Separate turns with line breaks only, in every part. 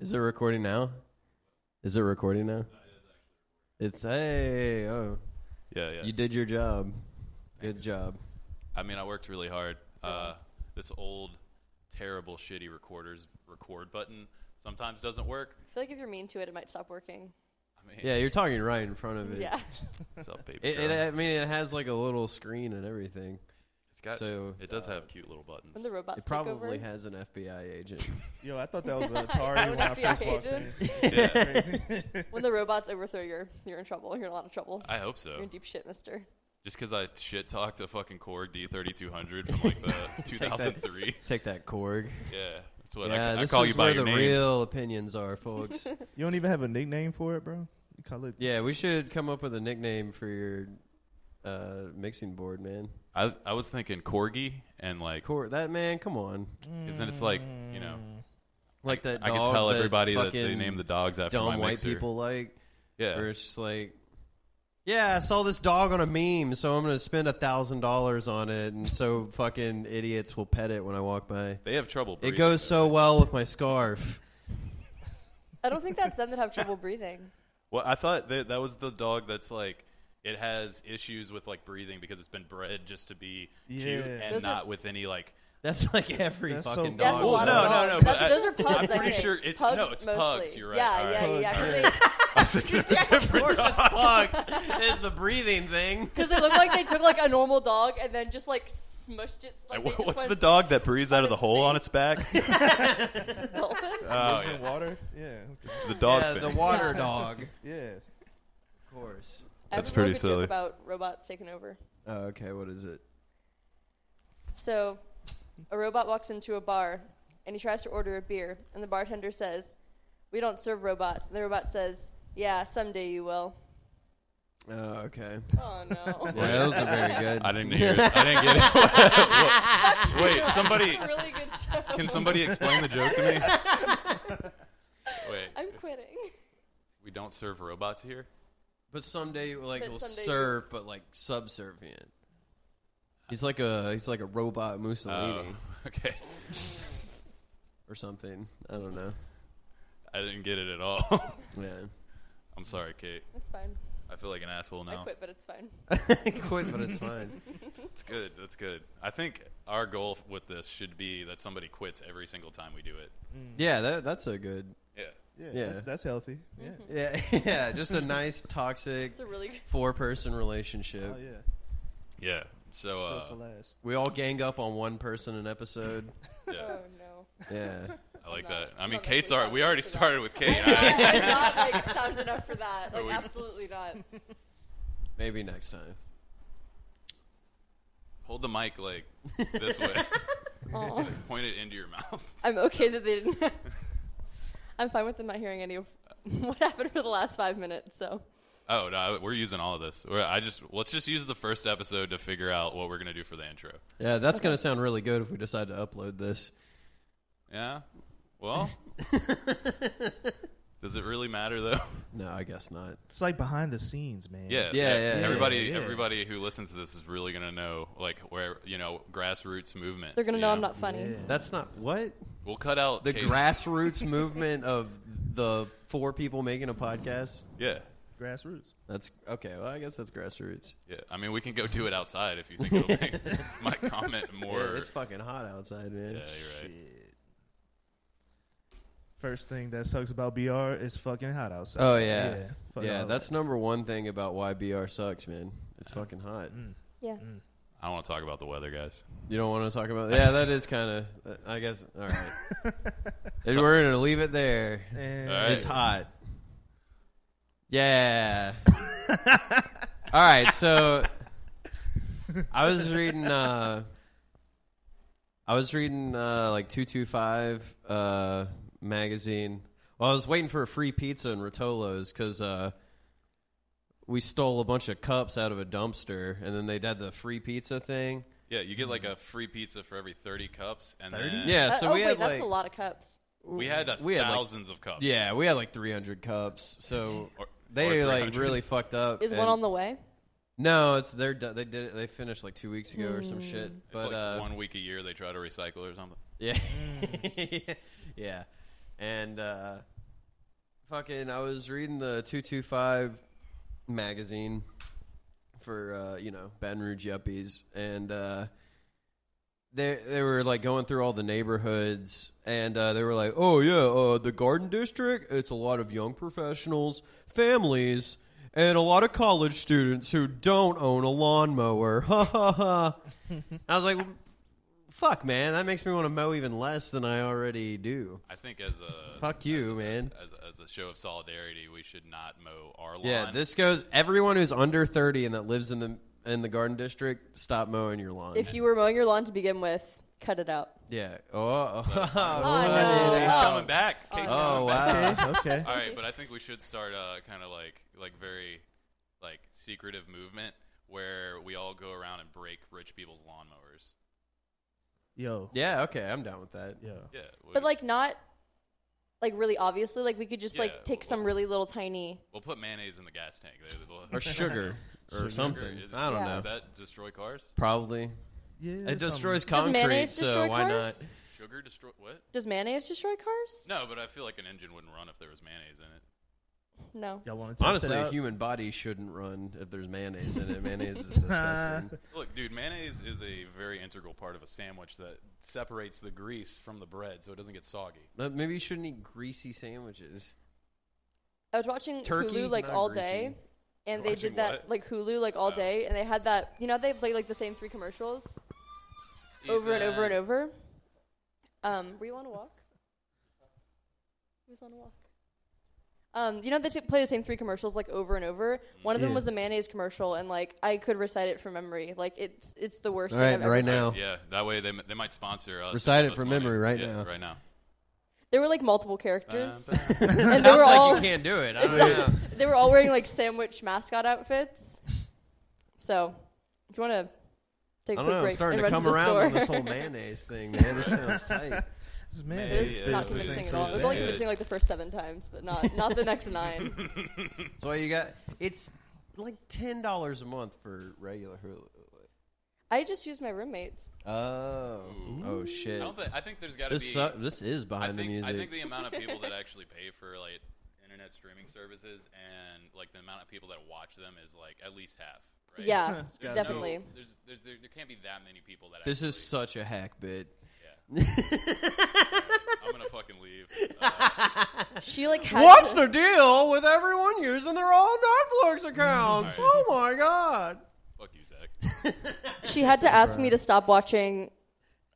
Is it recording now? Is it recording now? It's hey oh
Yeah, yeah.
you did your job. Good job.
I mean, I worked really hard. Uh, this old, terrible, shitty recorder's record button sometimes doesn't work.
I feel like if you're mean to it, it might stop working.
I mean,
Yeah, you're talking right in front of it.
Yeah.
it's up, baby.
It, uh, it,
girl.
I mean, it has like a little screen and everything.
it's got,
so, uh,
it does have cute little buttons.
When the robots
It probably
take over.
has an FBI agent.
Yo, I thought that was an
That
Atari
would
when I
not be our
first walked
agent.
in.
Yeah,
when the robots overthrow you, you're in trouble. You're in a lot of trouble.
I hope
You're
so.
in deep shit, mister.
Just because I shit talked a fucking Korg D3200 from like the 2003.
Take that, Korg.
yeah, that's what
yeah,
I, I
this
call
is
you by
where
your
the
name.
real opinions are, folks.
You don't even have a nickname for it, bro. You call it.
yeah, we should come up with a nickname for your uh, mixing board, man.
I, I was thinking Corgi and like,
Korg, that man, come on.
and then it's like you know,
Like that.
I can
dog
tell everybody that they
fucking
name the dogs after
dumb
my
white
mixer.
people like. Where
Yeah,
it's just like, yeah, I saw this dog on a meme, so I'm going to spend a thousand dollars on it, and so fucking idiots will pet it when I walk by.
they have trouble.
It
Breathing.
goes so well with my scarf.
I don't think that's them that have trouble breathing.
Well, I thought that that was the dog that's like it has issues with like breathing because it's been bred just to be cute
Yeah.
and
Those
not
are-
with any like.
That's like every
That's
fucking
so
That's
dog.
a lot
no,
of
no,
dogs.
no, but
That's- those are pugs.
I'm
I
pretty
think.
sure it's-
pugs
no, it's
mostly.
pugs, you're right,
Yeah,
all
yeah,
right.
yeah.
Pugs.
Because they, yeah,
Bugs is the breathing thing.
'cause they look like they took like a normal dog and then just like smushed it.
Like,
Like, they
wha-
just
what's
went,
the dog that breathes out of the
its
hole on its back? oh,
Dolphin?
Oh,
Lives
yeah.
in water. Yeah. Okay.
the dog.
yeah,
thing.
the water dog.
Yeah.
Of course.
That's
Everyone
pretty
could joke
silly.
About robots taking over.
Oh, okay, what is it?
So, a robot walks into a bar and he tries to order a beer, and the bartender says, "We don't serve robots." And the robot says, "Yeah, someday you will."
Oh, okay.
Oh no!
Yeah, those are very good.
I didn't hear. It. I didn't get it. What- Wait, somebody,
really good joke.
can somebody explain the joke to me? Wait,
I'm quitting.
we don't serve robots here.
But someday, like,
But
will
someday-
serve, but like subservient. He's like a he's like a robot Mussolini.
Oh, okay.
or something. I don't know.
I didn't get it at all.
Yeah.
I'm sorry, Kate.
It's fine.
I feel like an asshole
I
now.
quit, but it's fine.
Quit, but it's fine.
That's good. That's good. I think our goal f- with this should be that somebody quits every single time we do it.
Yeah, that, that's a good.
Yeah.
Yeah.
Yeah.
that- that's healthy. Yeah.
Mm-hmm.
Yeah, yeah, just a nice toxic
It's a really good.
four-person relationship.
Oh yeah.
Yeah. So
Built
uh,
to last.
We all gang up on one person an episode.
yeah,
Oh no!
Yeah,
I like that.
I'm not-
I
I'm
mean,
not
Kate's
making
already. We already
comments about
started with Kate.
I'm
I-
not like sound enough for that.
Oh,
Like
we-
absolutely not.
maybe next time.
hold the mic like this way.
Aw.
Point it into your mouth.
I'm okay that they didn't. I'm fine with them not hearing any of what happened for the last five minutes. So
Oh no, I- we're using all of this. We're, I just let's just use the first episode to figure out what we're gonna do for the intro.
Yeah, that's gonna sound really good if we decide to upload this.
Yeah. Well, does it really matter though?
No, I guess not.
It's like behind the scenes, man.
Yeah,
Yeah, yeah, yeah,
Everybody,
yeah.
everybody who listens to this is really gonna know, like, where you know, grassroots movement.
they're gonna know I'm not funny.
Yeah.
That's not what
We'll cut out
the
Casey-
grassroots movement of the four people making a podcast.
Yeah,
Grassroots.
That's okay. Well, I guess that's grassroots.
yeah. I mean, we can go do it outside if you think it'll make my comment more.
Yeah, it's fucking hot outside, man.
Yeah, you're right.
Shit. First thing that sucks about BR is fucking hot outside.
Oh yeah, yeah.
fuck all
that's number one thing about why BR sucks, man. It's fucking hot.
Mm.
Yeah.
I want to talk about the weather, guys.
You don't want to talk about. Yeah, that is kind of. I guess. All right. If we're gonna leave it there.
that. And
All right.
It's hot. Yeah. all right. So I was reading. uh I was reading uh like two two five uh magazine. Well, I was waiting for a free pizza in Rotolo's because. Uh, we stole a bunch of cups out of a dumpster, and then they did the free pizza thing.
Yeah, you get like a free pizza for every 30 cups, and then
Yeah,
Uh,
so
oh
we
wait,
had
that's
like
a lot of cups.
we had a
We had, like-
thousands of cups.
yeah, we had like 300 cups. So
Or-
they
or
like
300.
really fucked up.
Is
and-
one on the way?
No, it's they're do- they did it, they finished like two weeks ago or some shit.
Hmm. It's
But
like
uh,
one week a year they try to recycle or something.
yeah, yeah, and uh, Fucking, I was reading the 225 magazine for, uh, you know, Baton Rouge Yuppies, and uh, they, they were like going through all the neighborhoods, and uh, they were like, oh, yeah, uh, the Garden District, it's a lot of young professionals, families, and a lot of college students who don't own a lawnmower. Ha ha ha. I was like, fuck, man, that makes me want to mow even less than I already do.
I think as a
Fuck you, man.
as, as a show of solidarity, we should not mow our lawn.
Yeah, this goes everyone who's under 30 and that lives in the in the garden district, stop mowing your lawn.
If you were mowing your lawn to begin with, cut it out.
yeah. Oh. Oh,
no.
Kate's
Oh.
coming back. Kate's
Oh,
coming
wow.
Okay, okay.
back. All right, but I think we should start uh, kind of like like very like secretive movement where we all go around and break rich people's lawnmowers.
Yo,
Yeah, okay, I'm down with that.
yo.
Yeah, we-
But like not like really obviously. Like we could just
Yeah,
like take some
well-
really little tiny
we'll put mayonnaise in the gas tank. They- they-
Or sugar or
Sugar
something.
is-
I don't
Yeah.
Does
know.
that destroy cars?
Probably.
Yeah,
It
there's
destroys
Does
concrete,
mayonnaise
so
destroy
why
cars?
not?
Sugar destroy what?
Does mayonnaise destroy cars?
No, but I feel like an engine wouldn't run if there was mayonnaise in it.
No.
something. Y'all want to test
Honestly,
it
a
out?
human body shouldn't run if there's mayonnaise in it. Mayonnaise is disgusting.
Look, dude, mayonnaise is a very integral part of a sandwich that separates the grease from the bread so it doesn't get soggy.
But Uh, maybe you shouldn't eat greasy sandwiches.
I was watching
Turkey,
Hulu like
not
all
greasy.
day, and
You're
they
watching
did that
what?
like Hulu like all
Oh.
day, and they had that. You know, they play like the same three commercials over and over and over. Um, were you on a walk? He was on a walk. Um, you know, they t- play the same three commercials like over and over. One of them
Yeah.
was a mayonnaise commercial, and like I could recite it from memory. Like it's it's the worst.
All
thing
right,
I've ever
right
seen.
now.
Yeah, that way they, m- they might sponsor us. and
Recite
give
it
us
from
money.
memory right
Yeah,
now.
Right now.
There were like multiple characters,
Uh,
and they
Sounds
were
like
all
you can't do it. I
It's
don't know.
like- they were all wearing like sandwich mascot outfits. So, if you want to take
I don't
a quick
know. I'm
break
starting
and
to
run
come
to the
around
store,
on this whole mayonnaise thing, man. This sounds tight.
This
Yeah,
it's
mayonnaise
yeah,
not
yeah.
business
convincing
ain't
at all. It was
so
only
Yeah.
bad.
convincing like the first seven times, but not not the next nine.
That's why you got it's like ten dollars a month for regular Hulu.
I just used my roommates.
Oh, oh
I
shit!
don't think. I think there's got to be.
This su- this is
I
behind the
think,
music.
I think the amount of people that actually pay for like internet streaming services and like the amount of people that watch them is like at least half. Right?
Yeah,
There's no-
definitely.
there's, there's, there, there can't be that many people that.
this is
actually-
such a hack bit.
I'm gonna fucking leave. Uh,
She like had
What's
to-
the deal with everyone using their own Netflix accounts?
Mm-hmm. All right.
Oh my god!
fuck you, Zach.
Uh,
she had to ask me to stop watching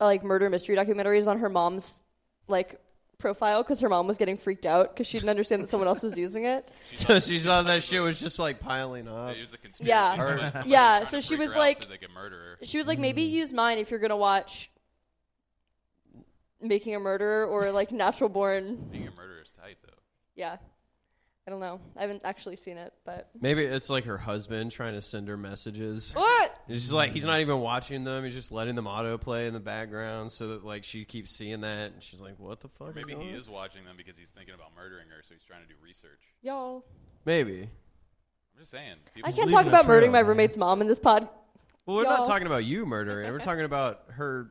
uh, like murder mystery documentaries on her mom's like profile because her mom was getting freaked out because she didn't understand that someone else was using it.
She's
So
like,
she thought that shit was just like piling up.
it was a conspiracy.
Yeah.
so
Or-
that somebody
Yeah,
was
so
trying to
she
freak
was
her out
like-
so they could murder her.
She was like, maybe
Hmm.
use mine if you're gonna watch Making a Murderer or like Natural Born.
Being a murderer is tight though.
Yeah, I don't know. I haven't actually seen it, but
Maybe it's like her husband trying to send her
Oh,
messages.
what?
It's just like he's not even watching them. He's just letting them autoplay in the background so that like she keeps seeing that and she's like, "What the fuck?"
Maybe
going
he
on?
is watching them because he's thinking about murdering her, so he's trying to do research.
Y'all,
Maybe.
I'm just saying.
I
People
can't
leaving
talk
a
about
trail,
murdering my
man.
roommate's mom in this pod.
Well, we're
Y'all.
not talking about you murdering. We're talking about her,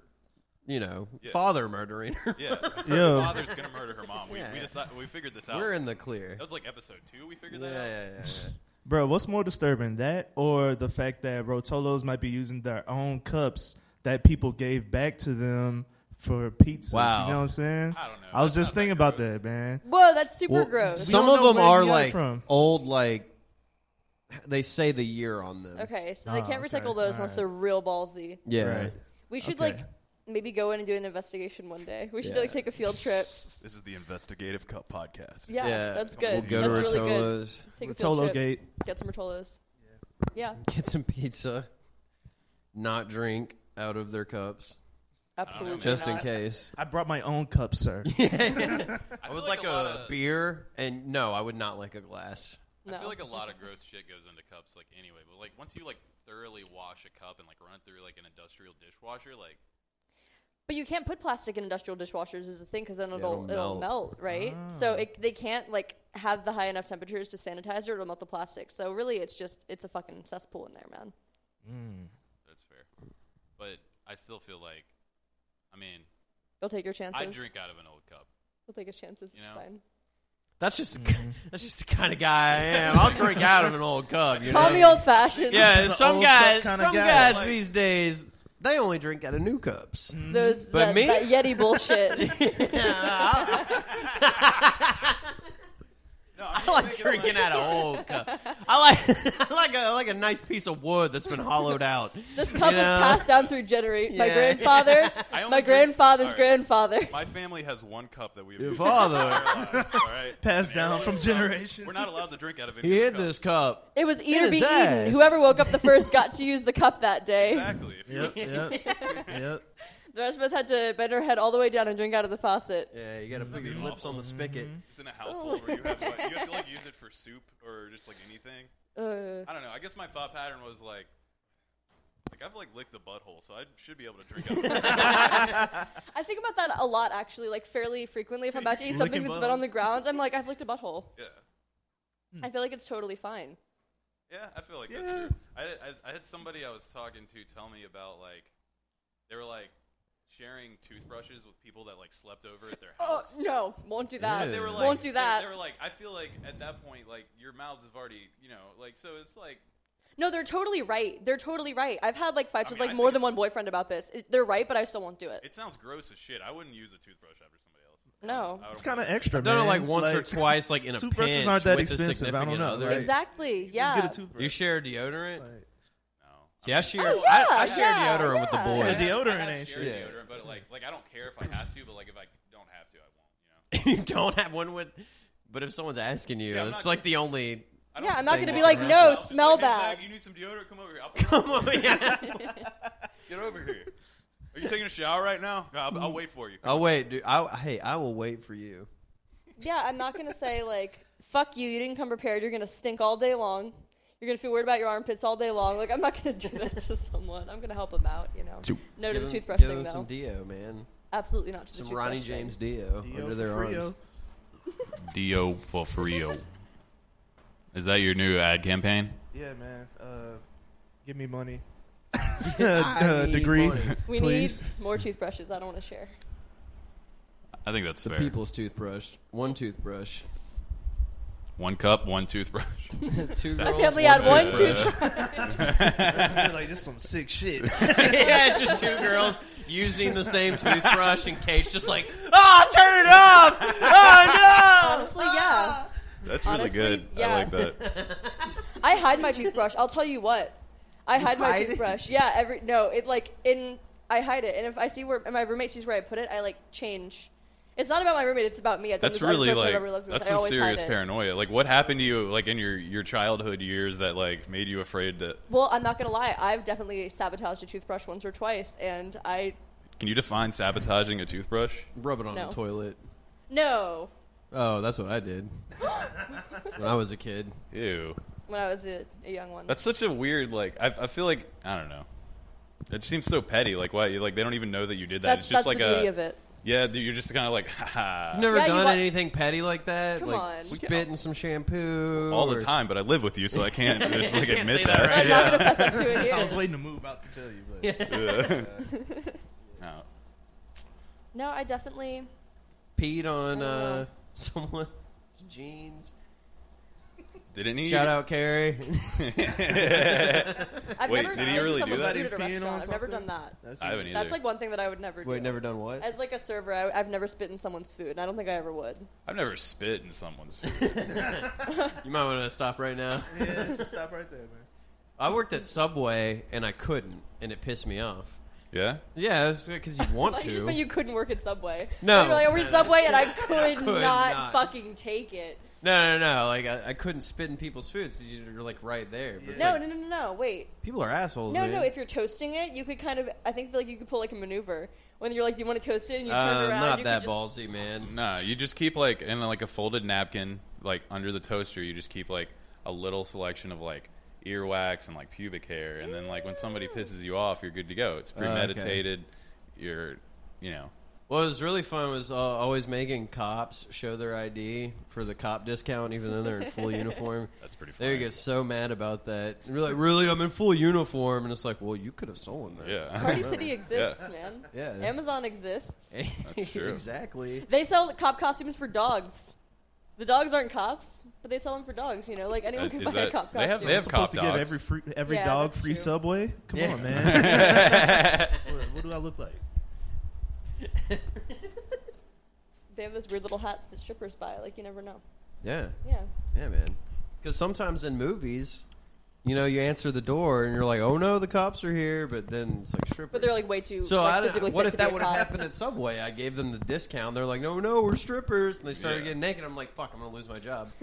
you know,
Yeah.
father murdering her.
Yeah, her
Yo.
father's gonna murder her mom. We
Yeah.
we, decide, we figured this out.
We're in the clear.
that was like episode two. We
Yeah,
figured
yeah,
that out.
yeah. yeah.
Bro, what's more disturbing, that or the fact that Rotolos might be using their own cups that people gave back to them for pizzas?
Wow.
You know what I'm saying?
I don't know.
I was
That's
just
not
thinking
that
about
gross.
that, man.
Whoa, that's super
Well,
gross.
Some
We don't
of
know
them
where
are
he got it
like
from.
old, like they say the year on them.
Okay, so they
Oh,
can't
okay.
recycle those unless
Alright.
they're real ballsy.
Yeah.
Right.
We should
Okay.
like maybe go in and do an investigation one day. We should
Yeah.
like take a field trip.
This is the investigative cup podcast.
Yeah, that's good.
We'll go
that's
to
really good.
Rotola's,
Take a field
Rotolo
trip.
Gate.
Get some Rotolos. Yeah.
get some pizza, not drink out of their cups,
absolutely.
just in
not.
case.
I brought my own cup, sir.
I,
I
feel
would
like,
like,
a, lot
a,
of,
beer, and no, I would not like a glass.
No.
I feel like a lot of gross shit goes into cups, like anyway. But like once you like thoroughly wash a cup and like run it through like an industrial dishwasher, like
But you can't put plastic in industrial dishwashers as a thing because then it'll
it'll melt.
it'll, melt. right?
Ah.
So it, they can't like have the high enough temperatures to sanitize it; it'll melt the plastic. So really, it's just it's a fucking cesspool in there, man.
Mm.
that's fair. But I still feel like, I mean,
He'll take your chances.
I drink out of an old cup.
He'll take his chances.
You
it's
know?
fine.
That's just
Mm-hmm.
that's just the kind of guy I am. I'll drink out of an old cup. You
Call
know?
me old fashioned.
Yeah,
Just an
some
old cup
guys,
kinda
some
guy.
guys
Like- Mm-hmm.
these days they only drink out of new cups.
Those
But
that,
me?
that Yeti bullshit.
I like drinking out of old cup. I like I like a I like a nice piece of wood that's been hollowed out.
This cup
You
is
know?
passed down through generation. My
Yeah.
grandfather,
I only
my
drink-
grandfather's
Alright.
grandfather.
My family has one cup that we have
Your
used
father.
our entire lives, all right?
Passed
And
down from
we're not-
generation.
We're not allowed to drink out of any
He
other
hid
cup.
this cup.
It was eat
In
or be
his
eaten.
ass.
Whoever woke up the first got to use the cup that day.
Exactly. If you
Yep, yep, yep.
The rest of us had to bend our head all the way down and drink out of the faucet.
Yeah, you gotta put your lips on the spicket.
Mm-hmm.
it's in a household where you have to, like, you have to like use it for soup or just like anything.
Uh,
I don't know. I guess my thought pattern was like, like I've like licked a butthole, so I should be able to drink out. of it.
I think about that a lot, actually, like fairly frequently. If I'm about to eat something
Licking
that's been on
buttholes.
the ground, I'm like, I've licked a butthole.
Yeah, Hmm.
I feel like it's totally fine.
yeah. I feel like
Yeah.
that's true. I, I I had somebody I was talking to tell me about like they were like sharing toothbrushes with people that like slept over at their
Oh
house.
no, won't do that.
Yeah.
They were like,
won't do
they-
that.
They, were like, I feel like at that point, like your mouths have already, you know, like so it's like
no, they're totally right. They're totally right. I've had like fights
I
with
mean,
like
I
more
think-
than one boyfriend about this. It- they're right, but I still won't do it.
it sounds gross as shit. I wouldn't use a toothbrush after somebody else.
No.
I
It's
don't-
kind of extra,
Done it
man.
like once or twice, like in a
toothbrushes
pinch
aren't that
with a
expensive. I don't
significant
know,
other.
like-
Exactly. Yeah.
Just get a toothbrush.
Do you share deodorant?
Like-
no.
See, I share,
Oh, yeah,
I, I share
yeah,
deodorant with the
yeah.
boys.
Yeah, deodorant.
I have
ain't
shared
shit.
deodorant, but like, like I don't care if I have to, but like if I don't have to, I won't. You know,
you don't have one with, but if someone's asking you,
Yeah, I'm
it's
not-
like the only.
I
Yeah,
don't
I'm not
say
gonna
be
walk
like,
around
"No,
the house just
smell
like, "Hey,
bad."
Zach, you need some deodorant? Come over here. I'll
I'll
Get over here. Are you taking a shower right now? No, I'll, I'll wait for you.
Oh, wait, dude. I, hey, I will wait for you.
Yeah, I'm not gonna say like, fuck you, you didn't come prepared, you're gonna stink all day long. You're gonna feel weird about your armpits all day long. Like I'm not gonna do that to someone. I'm gonna help them out, you know. No to
give
the
them,
toothbrush
give
thing
them
though.
some Dio, man.
Absolutely not to the
Some
toothbrush
Ronnie
thing.
James Dio,
Dio
under their
for Frio.
arms.
Dio for Frio. Is that your new ad campaign?
Yeah, man. Uh, give me money. uh,
need
degree,
money.
We
please.
need more toothbrushes. I don't want to share.
I think that's
The people's toothbrush. One toothbrush.
One cup, one toothbrush.
Two
My
girls,
family had one
toothbrush.
toothbrush.
like just some sick shit.
yeah, it's just two girls using the same toothbrush, and Kate's just like, "Oh, turn it off! Oh
Honestly, yeah.
That's
really Honestly, good. I yeah. like
that.
I hide my toothbrush. I'll tell you what. I hide my
hide it?
toothbrush. Yeah, every no, it like in I hide it, and if I see where and my roommate sees where I put it, I like change. It's not about my roommate; it's about me. It's
That's
the
really
person I've
like
ever lived with.
that's
I
some
always
serious
hide it.
paranoia. Like, what happened to you, like in your your childhood years, that like made you afraid that?
Well, I'm not gonna lie. I've definitely sabotaged a toothbrush once or twice, and I
Can you define sabotaging a toothbrush?
Rub it on
No.
the toilet.
no
Oh, that's what I did when I was a kid.
Ew.
when I was a, a young one.
That's such a weird like. I, I feel like I don't know. It seems so petty. Like why? Like they don't even know that you did that.
that's,
it's just
that's
like
the beauty
a
of it.
yeah. You're just kind of like ha
I've never
Yeah, you
done
wa-
anything petty like that.
Come
like
on.
spit in some shampoo
all
or-
the time. But I live with you, so I can't just like
can't
admit
say that,
that.
right?
I'm not gonna fess up to it
I was
here.
waiting to move out to tell you, but
No.
No, I definitely.
Peed on uh,
Uh.
someone's jeans.
Didn't he?
Shout out, Carrie.
I've
Wait,
never
did he
eaten
really do that?
someone's food at a
Somebody's peeing on
restaurant. I've never done
something?
that.
that's
I haven't either.
That's like one thing that I would never do.
Wait, never done what?
As like a server, I, I've never spit in someone's food, and I don't think I ever would.
I've never spit in someone's. food.
You might want to stop right now.
yeah, just stop right there, man.
I worked at Subway and I couldn't, and it pissed me off.
Yeah.
Yeah, because you want
Like,
to.
you just meant you couldn't work at Subway.
No.
you were like I worked at Subway, and I could,
could
not,
not.
fucking take it.
No, no, no. Like I, I couldn't spit in people's food because you're like right there. But it's
No,
like,
no, no, no, no. Wait,
people are assholes.
no,
man.
no. If you're toasting it, you could kind of. I think like you could pull like a maneuver when you're like, you want to toast it, and you turn
Uh,
around.
not
you
that
could just,
ballsy, man.
Nah, you just keep like in like a folded napkin, like under the toaster. You just keep like a little selection of like earwax and like pubic hair, and then like when somebody pisses you off, you're good to go. It's
okay.
premeditated. You're, you know,
What was really fun was uh, always making cops show their ID for the cop discount, even though they're in full uniform.
that's pretty. Funny.
They would get so mad about that. And You're like, really? I'm in full uniform, and it's like, well, you could have stolen that.
Yeah.
Party City exists, man.
Yeah.
Amazon exists.
Yeah,
That's true.
exactly.
They sell cop costumes for dogs. The dogs aren't cops, but they sell them for dogs. You know, like anyone
Uh,
can
is
buy a
that-
cop
they have-
costume.
they have-
I'm supposed to
cop
give
dogs.
every free, every
Yeah,
dog
that's
free
true.
Subway. Come
Yeah.
on, man. what, what do I look like?
they have those weird little hats that strippers buy. Like you never know.
Yeah,
Yeah.
yeah, man. Because sometimes in movies, you know, you answer the door and you're like, "Oh no, the cops are here," but then it's like strippers.
But they're like way too
so
like,
I don't-
physically
what
fit
if
to
that
be a
would have
cop.
happened at Subway? I gave them the discount. They're like, "No, no, we're strippers," and they started
Yeah.
getting naked. I'm like, "Fuck, I'm gonna lose my job."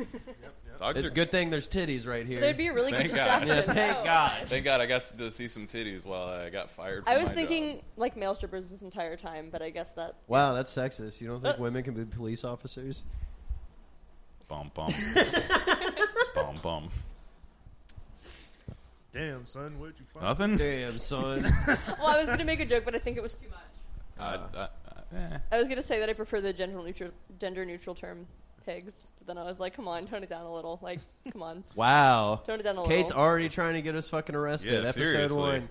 Dogs
it's
are
a good thing there's titties right here.
There'd be a really good
Thank God.
distraction.
Yeah, thank
No.
God. Oh
Thank God I got to see some titties while I got fired. From
I was
my
thinking
job.
like male strippers this entire time, but I guess that
wow, that's sexist. You don't think
Uh.
women can be police officers?
Bum bum. bum bum.
Damn, son, where'd you find?
Nothing.
Damn, son.
well, I was going to make a joke, but I think it was too much.
I, I, I, eh.
I was going to say that I prefer the gender neutral gender neutral term pigs, but then I was like, come on, tone it down a little. Like, come on,
Wow.
tone it down a
Kate's
little.
already trying to get us fucking arrested.
Yeah,
Episode
seriously.
one.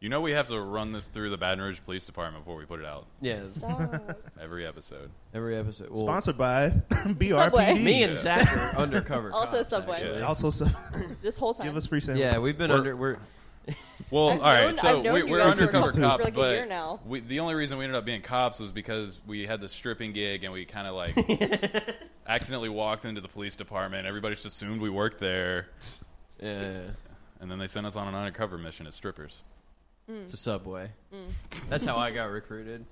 You know we have to run this through the Baton Rouge Police Department before we put it out
Yeah,
Stop.
every episode.
every episode. Well,
Sponsored by BRPD.
Me and
Yeah.
Zach are undercover.
Also
cops,
Subway.
actually.
Yeah.
Also, so,
this whole time.
give us free sandwiches.
Yeah, we've been
We're-
under. We're
Well, all
I've
right.
known-
so
I've known
we,
you
we're
guys for
undercover
like a-
cops,
for like a
but
year now.
We, the only reason we ended up being cops was because we had the stripping gig and we kind of like accidentally walked into the police department. Everybody just assumed we worked there,
yeah,
Mm.
and then they sent us on an undercover mission as strippers
it's a subway.
Mm.
That's how I got recruited.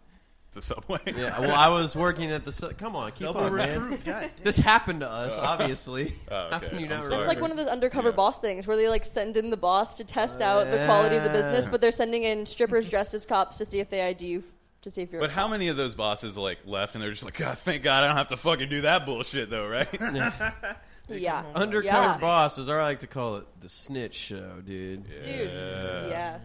to Subway.
Yeah, well, I was working at the. Su- Come on, keep
Double
on, man.
recruit. God
This happened to us, obviously.
Oh,
How
okay.
can you
I'm
not
sorry.
That's like one of those undercover
Yeah. Oh,
boss things where they like send in the boss to test out the quality of the business,
Yeah.
but they're sending in strippers dressed as cops to see if they ID you to see if you're. a
But how
cop.
many of those bosses like left and they're just like, God, thank God I don't have to fucking do that bullshit though, right?
Yeah,
Undercover
Yeah.
boss, as I like to call it, the snitch show, dude.
dude. Yeah.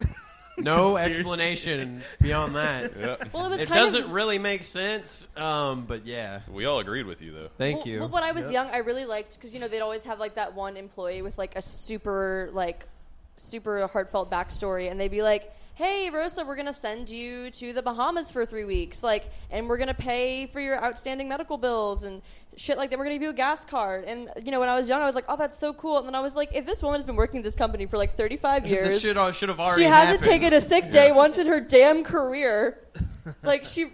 No
Conspiracy.
explanation beyond that.
Well, it was
It
kind
doesn't
of.
really make sense, um, but yeah.
We all agreed with you though.
Thank
well,
you.
well, when I was young, I really liked because you know they'd always have like that one employee with like a super like super heartfelt backstory, and they'd be like, "Hey, Rosa, we're gonna send you to the Bahamas for three weeks, like, and we're gonna pay for your outstanding medical bills and shit like that. We're gonna give you a gas card." And you know, when I was young, I was like, "Oh, that's so cool," and then I was like, "If this woman has been working at this company for like 35
this
years,
shit should have already
she hasn't
happened.
taken a sick day once in her damn career, like she."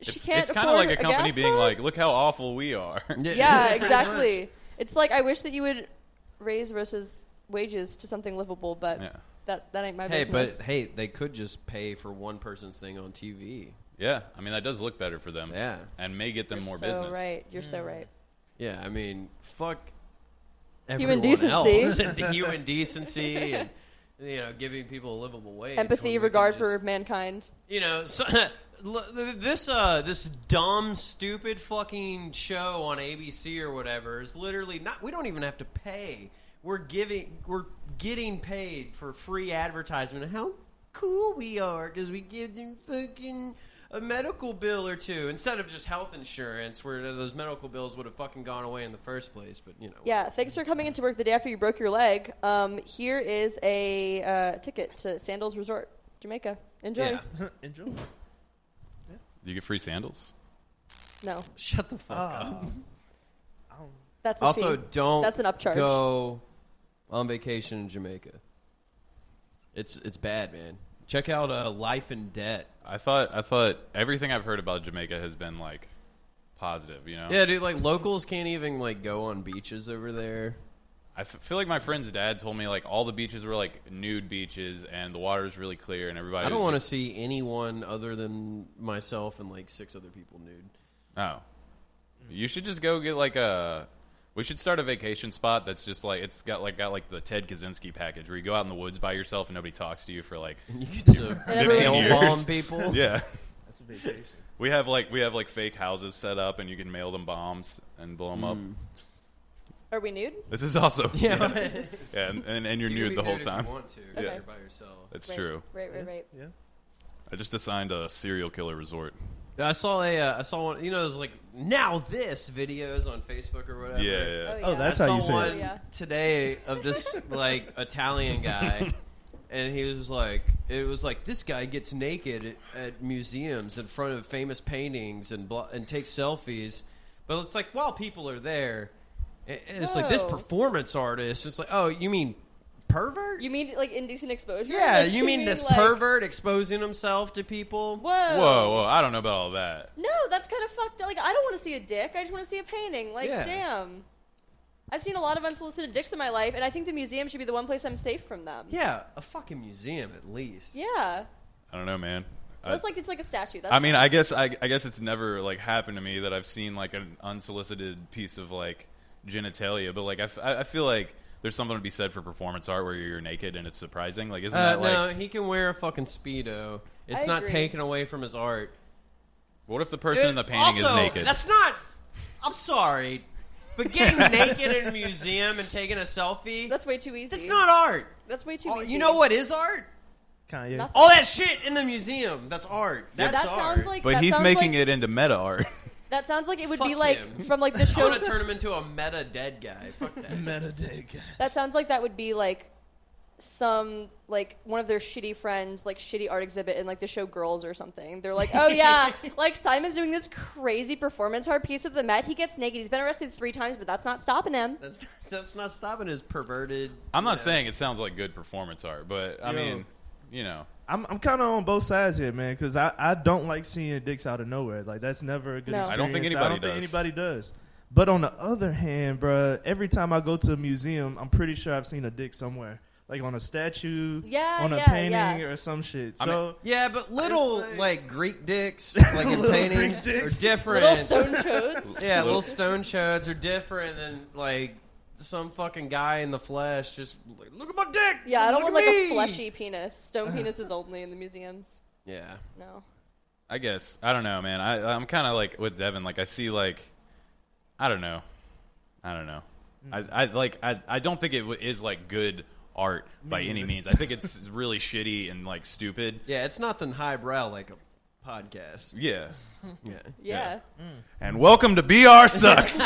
She
It's,
can't
it's
afford
kind of like a company
gas
being
card?
like, look how awful we are.
Yeah, exactly. It's like I wish that you would raise Rosa's wages to something livable, but
Yeah.
that that ain't my
Hey, but
business.
hey, they could just pay for one person's thing on TV.
yeah, I mean that does look better for them.
Yeah.
and may get them
You're
more
so
business.
right. You're so right.
Yeah, I mean, fuck
Human
everyone
decency.
else and human decency, and you know, giving people a livable wage, when
Empathy,
we
regard
can just-
for mankind.
you know, so, l- this uh, this dumb, stupid fucking show on ABC or whatever is literally not. We don't even have to pay. We're giving, we're getting paid for free advertisement. How cool we are because we give them fucking a medical bill or two instead of just health insurance, where those medical bills would have fucking gone away in the first place. But you know,
Yeah. Thanks for coming into work the day after you broke your leg. Um, here is a uh, ticket to Sandals Resort, Jamaica. Enjoy.
yeah.
Enjoy.
Do you get free sandals?
No,
Shut the fuck up.
Uh,
that's a
Also,
fee.
don't
That's an upcharge.
Go on vacation in Jamaica. It's it's bad, man. Check out uh, Life in Debt.
I thought I thought everything I've heard about Jamaica has been like positive. You know,
Yeah, dude. Like locals can't even like go on beaches over there.
I f- feel like my friend's dad told me like all the beaches were like nude beaches and the water's really clear and everybody.
I don't want
want
to see anyone other than myself and like six other people nude.
Oh, you should just go get like a. We should start a vacation spot that's just like it's got like got like the Ted Kaczynski package where you go out in the woods by yourself and nobody talks to you for like
You get to
everyone-
tail bomb
15
people.
yeah.
That's a vacation.
We have like we have like fake houses set up and you can mail them bombs and blow them
Mm.
up.
Are we nude?
This is also
Yeah,
yeah, Yeah, and, and, and you're
You can
nude
be
the whole
if you
time.
want to,
Okay.
you're by yourself.
That's
Right,
true.
Right. Right. Right.
Yeah.
I just assigned a serial killer resort.
Yeah, I saw a uh, I saw one. You know, those like now this videos on Facebook or whatever.
Yeah, yeah.
Oh, yeah.
Oh, that's
I
how you
saw
say
one
it.
Yeah.
today of this like Italian guy, and he was like, it was like this guy gets naked at, at museums in front of famous paintings and blah, and takes selfies. But it's like while people are there, and and it's like this
Whoa.
performance artist. It's like, oh, you mean pervert?
You mean like indecent exposure?
yeah,
Like,
you mean this
like-
pervert exposing himself to people?
Whoa.
Whoa, whoa! I don't know about all that.
No, that's kind of fucked up. Like, I don't want to see a dick. I just want to see a painting. Like,
Yeah.
damn. I've seen a lot of unsolicited dicks in my life, and I think the museum should be the one place I'm safe from them.
Yeah, a fucking museum at least.
Yeah.
I don't know, man. I,
That's like it's like a statue. That's
Uh, I mean, I guess I, I guess it's never like happened to me that I've seen like an unsolicited piece of like genitalia, but like I, f- I- I feel like there's something to be said for performance art where you're naked and it's surprising. Like, isn't
Uh,
that
no,
like?
he can wear a fucking speedo. It's
I
not
agree.
taken away from his art.
What if the person in the painting
also,
is naked?
That's not. I'm sorry, but getting naked in a museum and taking a selfie.
that's way too easy.
That's not art.
That's way too
Oh,
easy.
you know what is art?
Kanye.
Nothing.
All that shit in the museum. That's art. That's
that
art.
sounds like.
but
that
he's
sounds
making
like,
it into meta art.
That sounds like it would be
Fuck
like
him.
from like the
I
show.
want to turn him into a meta dead guy. Fuck that.
Meta dig.
that sounds like that would be like some like one of their shitty friends like shitty art exhibit in like the show girls or something they're like oh yeah like simon's doing this crazy performance art piece of the met he gets naked he's been arrested three times but that's not stopping him
that's that's not stopping his perverted. you
I'm
know.
not saying it sounds like good performance art, but I
Yo.
mean, you know,
I'm I'm kind of on both sides here, man, because I, I don't like seeing dicks out of nowhere. Like that's never a good.
No.
Experience.
I
don't think
I
anybody
don't think
does.
anybody does. But on the other hand, bruh, every time I go to a museum, I'm pretty sure I've seen a dick somewhere, like on a statue,
Yeah,
on a
yeah,
painting
yeah.
or some shit.
I
So
Yeah, but little
It's
like,
like-
Greek dicks, like in
Little
paintings,
Greek dicks.
are different.
little stone toads
yeah,
Little-
little stone chodes are different than like some fucking guy in the flesh. Just like, look at my dick.
yeah i don't
Look
want
at
like a
me!"
fleshy penis stone penises only in the museums
Yeah,
no
I guess I don't know, man. I, I'm kind of like with Devin. Like I see, like I don't know, I don't know. I, I like I, I don't think it w- is like good art by any means. I think it's really shitty and like stupid.
yeah, it's nothing highbrow like a podcast.
Yeah.
Yeah,
yeah,
And welcome to BR sucks.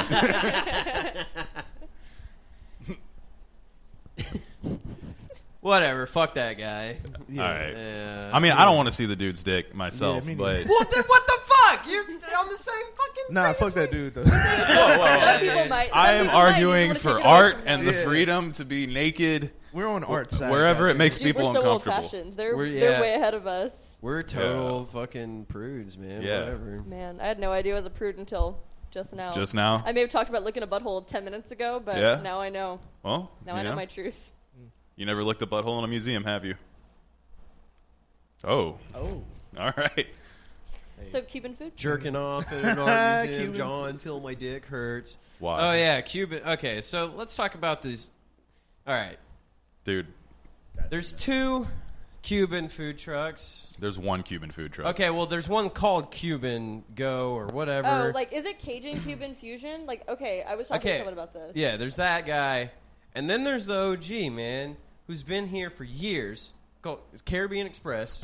whatever. Fuck that guy.
yeah.
All right.
Yeah.
I mean, I don't want to see the dude's dick myself,
Yeah, me
but
neither.
well, then what the fuck? You're on the same fucking.
Nah,
thing
fuck
as
that
me.
dude though.
Whoa, whoa, whoa.
Some people might- some
I am
people might. You
arguing
wanna take
for
it away
art
from
and
them.
the freedom to be naked
We're on art side.
wherever it
goddamn.
makes
Dude,
people
we're so
uncomfortable.
old-fashioned they're,
We're-
they're
yeah.
way ahead of us
We're total fucking prudes, man.
Yeah.
Whatever.
Man, I had no idea I was a prude until just now.
Just now?
I may have talked about licking a butthole 10 minutes ago, but
Yeah?
now I know.
Well,
Now
you
I know my truth.
You never licked a butthole in a museum, have you? Oh,
Oh.
all right.
So Cuban food?
jerking off in an art museum.
Cuban.
John, till my dick hurts.
Why?
Oh yeah, Cuban. Okay, so let's talk about these. All right,
Dude,
there's two Cuban food trucks.
there's one Cuban food truck.
Okay, well, there's one called Cuban Go or whatever.
Oh, like is it Cajun Cuban fusion? Like, okay, I was talking to
Okay.
someone about this.
yeah, there's that guy, and then there's the OG man who's been here for years. Called it's Caribbean Express.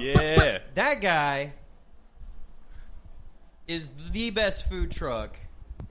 Yeah.
that guy is the best food truck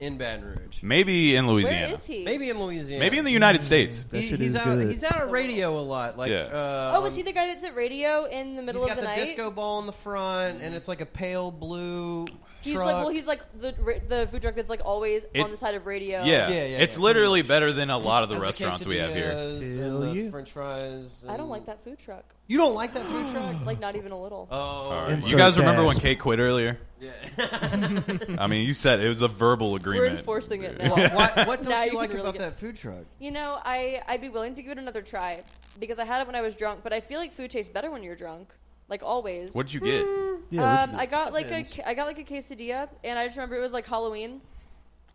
in Baton Rouge.
Maybe in
Where is
Louisiana.
he?
Maybe in Louisiana.
Maybe in the United States.
That
He-
shit
he's
is
out.
good.
He's out of radio a lot. Like,
Yeah.
uh,
Oh, was he the guy that's at radio in the middle
he's
of
got
the,
the,
night? Mm-hmm.
disco ball in the front, and it's like a pale blue.
he's
truck.
like, well, he's like the ra- the food truck that's like always
It-
on the side of radio.
Yeah.
yeah, yeah,
it's
yeah.
literally better than a lot of the
Has
restaurants we have here.
quesadillas and
Hell
the
yeah.
French fries.
I don't
and-
like that food truck.
You don't like that food truck?
Like, not even a little.
Oh,
All right.
Insert
You guys remember when
gasp.
Kate quit earlier?
yeah.
I mean, you said it was a verbal
We're
agreement.
enforcing it now.
well, what, what
Now
don't
you
you,
can
like
really
about
get-
that food truck?
You know, I I'd be willing to give it another try because I had it when I was drunk, but I feel like food tastes better when you're drunk, like always.
What'd you get?
Yeah,
um, I got like a
Depends.
ca- I got like a quesadilla, and I just remember it was like Halloween,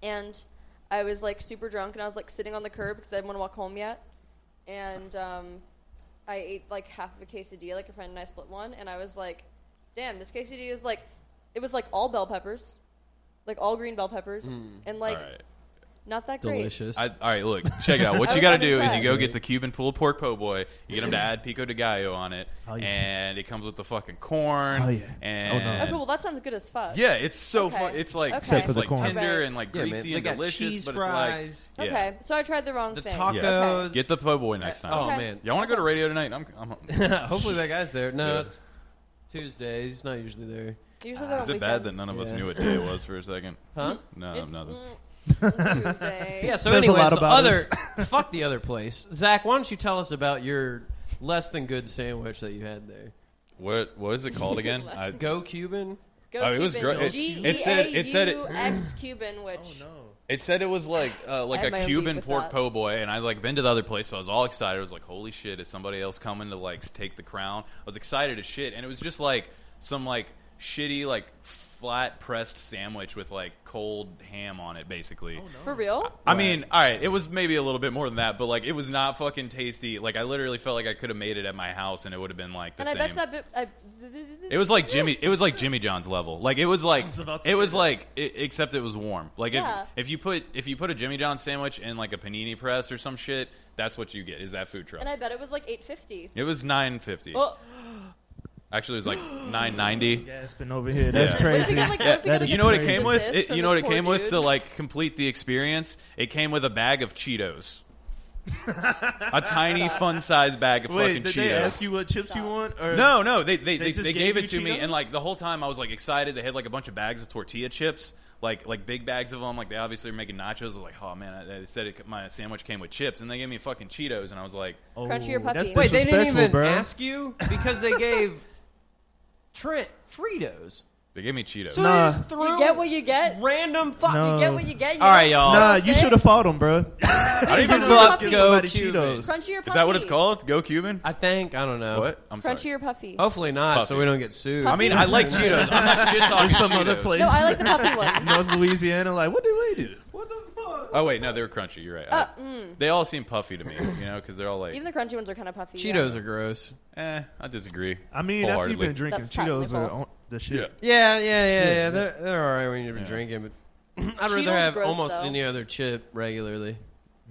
and I was like super drunk, and I was like sitting on the curb because I didn't want to walk home yet, and um, I ate like half of a quesadilla, like a friend and I split one, and I was like, damn, this quesadilla is like, it was like all bell peppers, like all green bell peppers, and like
all right.
not that great.
I, all right, look, check it out. What
I
you
was
got to do is you
impressed.
go get the Cuban pulled pork po' boy. You get them to add pico de gallo on it,
Oh, yeah.
and it comes with the fucking corn.
Oh, yeah.
And
Okay, well that sounds good as fuck.
yeah, it's so
Okay.
fun. It's like
Okay. Except
it's
for the
like
corn.
tender
Okay.
and like
Yeah, man,
greasy
they
and
got
delicious,
cheese
but
fries,
it's like yeah.
Okay, so I tried the wrong
the
thing.
tacos.
Okay.
Get the po' boy next time.
Oh
Okay.
man,
Y'all want to go to radio tonight? I'm. I'm
hopefully that guy's there. No,
Yeah.
it's Tuesday. He's not usually there.
Usually they're
Is
on
it bad that none of us
Yeah.
knew what day it was for a second?
Huh?
No,
It's,
nothing.
mm, it's Tuesday.
Yeah, so
Says a
anyways,
lot
the
about
other fuck the other place. Zach, why don't you tell us about your less than good sandwich that you had there?
What what is it called again?
Less
I,
than-
Go Cuban.
Go
Oh,
Cuban.
it was great.
G
It-
E
it said-
A
it said it-
U X Cuban,
Oh,
which
it said it was like uh,
I
like
had my
a
own beef
Cuban
with
pork
that.
po' boy, and I like been to the other place, so I was all excited. I was like, "Holy shit! Is somebody else coming to like take the crown?" I was excited as shit, and it was just like some like shitty like flat pressed sandwich with like cold ham on it, basically.
for real.
I mean, all right, it was maybe a little bit more than that, but like it was not fucking tasty. Like I literally felt like I could have made it at my house, and it would have been like the
And I
same.
bet you that. Bit, I,
It was like Jimmy. It was like Jimmy John's level. Like it was like
was about to
it
say
was
that.
like it, except it was warm. Like
Yeah.
if if you put if you put a Jimmy John sandwich in like a panini press or some shit, that's what you get. Is that food truck?
and I bet it was like eight fifty.
it was nine fifty.
Well,
Actually, it was like nine ninety.
Gasping over here. That's
Yeah.
what if we
crazy.
got, like, what
Yeah,
if we got,
That
like,
is
you know what it
crazy.
came with?
This
It,
from
you
this
know what it
poor
came with
dude?
to like complete the experience. It came with a bag of Cheetos, a tiny fun size bag of
Wait,
fucking
did
Cheetos.
they ask you what chips you
Stop.
want? Or
No, no, they they, they,
just
they
gave
gave it to
you
me,
Cheetos?
and like the whole time I was like excited. They had like a bunch of bags of tortilla chips, like like big bags of them. Like they obviously were making nachos. I was like, oh man, I, they said it, my sandwich came with chips, and they gave me fucking Cheetos, and I was like,
Oh,
Crunchy or
That's
puffy?
Wait, they didn't
disrespectful,
even
bro.
ask you because they gave Trent Fritos.
they gave me Cheetos.
So
Nah.
they just threw
you get what you get.
random fuck.
No.
You get what you get.
All right, y'all.
Nah, you should have fought him, bro.
I don't even
Crunchy
know.
or
Fuck
puffy?
Go
Somebody
Cuban.
Cheetos.
Crunchy or puffy?
Is that what it's called? Go Cuban?
I think I don't know.
what? I'm sorry.
Crunchy or puffy?
Hopefully not, so
Puffy.
we don't get sued.
I mean, I like Cheetos. I'm not shit talking
There's some
Cheetos.
other place.
No, I like the puffy one.
North Louisiana, like, what do we do? What the fuck?
Oh wait, no, they were crunchy. You're right. I-
Uh, mm.
They all seem puffy to me, you know, because they're all like,
Even the crunchy ones are kind of puffy. yeah.
Cheetos are gross.
eh, I disagree.
I mean, after you've
wholeheartedly.
been drinking,
That's
Cheetos are
cotton
on
balls.
the shit.
Yeah.
Yeah, yeah, yeah, yeah.
yeah.
They're, they're all right when you've been
Yeah.
drinking, but I'd
Cheetos
rather have
gross,
almost
though.
any other chip regularly.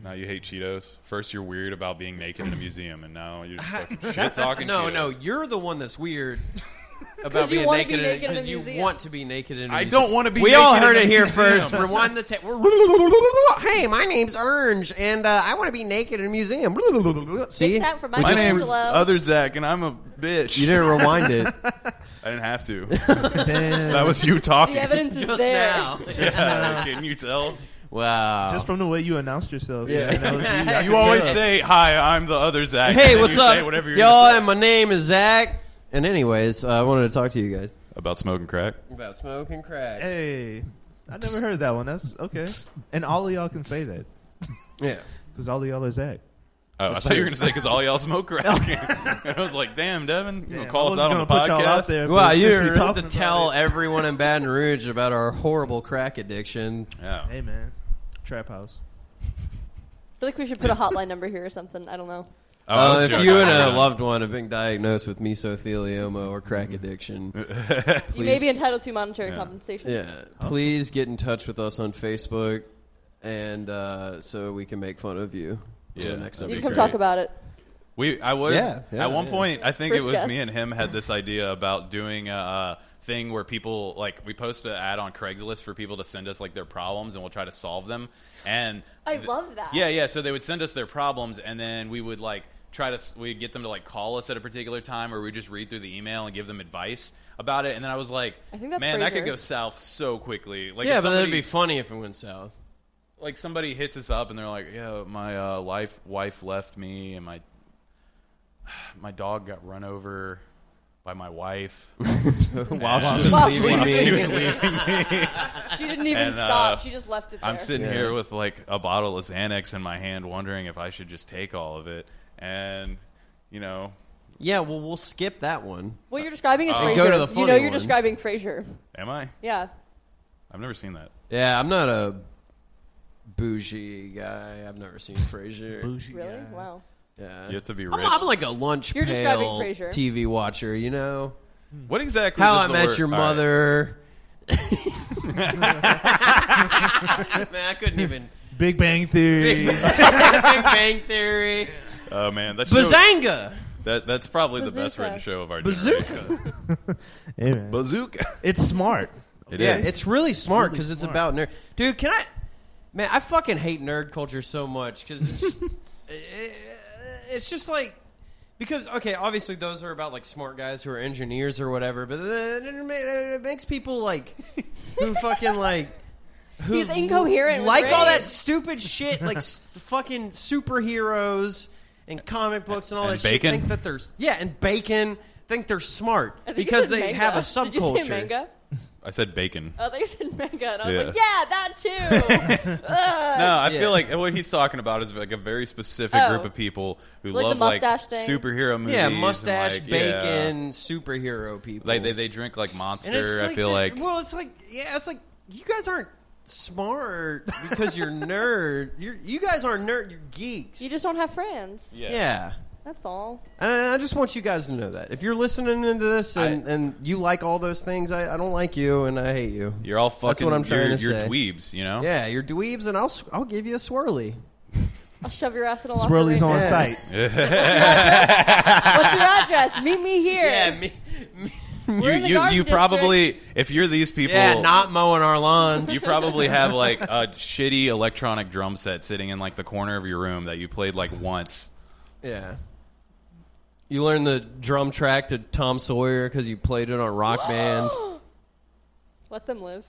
Now you hate Cheetos. First, you're weird about being naked in a museum, and now you're just fucking shit talking.
No,
Cheetos.
no, you're the one that's weird about
'Cause you
being
wanna
naked
be naked in a
because you
museum.
want to be naked in. I
I don't wanna be
We all
naked
heard
in
it
a
here
museum.
first. Rewind the tape. hey, my name's Orange, and uh, I want to be naked in a museum. See,
Fix that for my
We
My
just-
Michelangelo.
name's Other Zach, and I'm a bitch.
You didn't rewind it
I didn't have to.
Damn.
That was you talking.
The evidence is
just
there.
now.
Yeah, can you tell?
Wow.
Just from the way you announced yourself.
Yeah.
Yeah. that was you. I
You
could
always
tell.
say, "Hi, I'm the other Zach." and
hey,
then
what's
you
up,
Say whatever you're
y'all?
gonna say.
And my name is Zach. And anyways, uh, I wanted to talk to you guys
about smoking crack.
about smoking crack.
Hey, I never heard that one. That's okay. And all of y'all can say that
Yeah.
because all of y'all are Zach.
Oh, I thought you were gonna say because all y'all smoke crack. and I was like, "Damn, Devin, you gonna call us out on the podcast?"
Wow, you
are
didn't have to tell everyone in Baton Rouge about our horrible crack addiction.
Yeah.
Hey, man. Trap house.
I feel like we should put a hotline number here or something. I don't know.
Oh, I was
Uh, if
joking.
you and a
Yeah.
loved one have been diagnosed with mesothelioma or crack addiction,
You may
please-
be entitled to monetary
Yeah.
compensation.
yeah, please get in touch with us on Facebook, and uh, so we can make fun of you. for
Yeah,
the next
that'd
You
be
can
episode.
come
great.
talk about it.
We, I was
Yeah, yeah,
at one
yeah.
point. I think
First
it was
guest.
me and him had this idea about doing a, a thing where people like we post an ad on Craigslist for people to send us like their problems and we'll try to solve them. And
I
th-
love that.
Yeah, yeah. So they would send us their problems and then we would like try to s- we'd get them to like call us at a particular time or we just read through the email and give them advice about it. And then I was like,
I think that's
man, that
Frasier.
could go south so quickly. Like,
yeah,
if
but
somebody,
that'd be funny if it went south.
like somebody hits us up and they're like, "Yeah, my uh, life wife left me, and my my dog got run over by my wife."
While
Yeah.
she's
While
leaving
sleeping.
me.
She didn't even
And, uh,
stop. She just left it there.
I'm sitting
Yeah.
here with like a bottle of Xanax in my hand, wondering if I should just take all of it, and you know,
Yeah, well, we'll skip that one.
What you're describing is
Uh,
Frasier.
And
go to the
you
funny
know you're
ones.
describing Frasier.
am I?
Yeah.
I've never seen that.
Yeah, I'm not a bougie guy. I've never seen Frasier.
Bougie
Really?
guy.
Wow.
Yeah.
You have to be
I'm,
rich.
I'm like a lunch
You're describing
pail
Frasier.
TV watcher, you know?
what exactly?
How
does
I
the
Met
word-
Your
all right.
Mother. Man, I couldn't even.
Big Bang Theory.
Big Bang Theory.
Oh man, that show,
Bazanga!
that, that's probably the best
Bazooka.
written show of our
Bazooka.
generation.
Hey, man.
Bazooka.
It's smart.
It
Yeah,
is.
it's really smart
really
because it's
smart.
about nerd. Dude, can I? Man, I fucking hate nerd culture so much because it's, it- it's just like Because okay, obviously those are about like smart guys who are engineers or whatever, but then it ma- it makes people like who fucking like who
He's incoherent with
like all
Ray.
that stupid shit, like s- fucking superheroes and comic books and all
And
that
bacon?
shit. Think that there's yeah, and bacon think they're smart
I think you
because
said
they
manga.
have a
Did you
subculture.
say manga?
I said bacon.
Oh, they said manga, and I was
Yeah.
like, yeah, that too. Ugh.
No, Oh, I
Yeah.
feel like what he's talking about is like a very specific
Oh.
group of people who
Like the
love
mustache
like
thing?
superhero movies.
yeah,
and,
mustache,
like, yeah.
bacon, superhero people.
Like they, they drink like monster.
And it's
I feel
the-
like
well, it's like yeah, it's like you guys aren't smart because you're nerd. You're you guys aren't nerd. You're geeks.
You just don't have friends.
yeah.
That's all.
And I I just want you guys to know that if you're listening into this and, and you like all those things, I, I don't like you and I hate you.
You're all fucking.
That's what I'm trying
you're,
to
you're
say.
dweebs, you know.
yeah, you're dweebs, and I'll s- I'll give you a swirly.
I'll shove your ass in a locker
Swirly's
room.
on
Yeah.
site.
What's your address? Meet me here.
me,
We're
You
in the
you,
garden
you probably
district.
if you're these people,
yeah, not mowing our lawns.
you probably have like a shitty electronic drum set sitting in like the corner of your room that you played like once.
yeah. You learned the drum track to Tom Sawyer because you played it on Rock Band.
Let them live.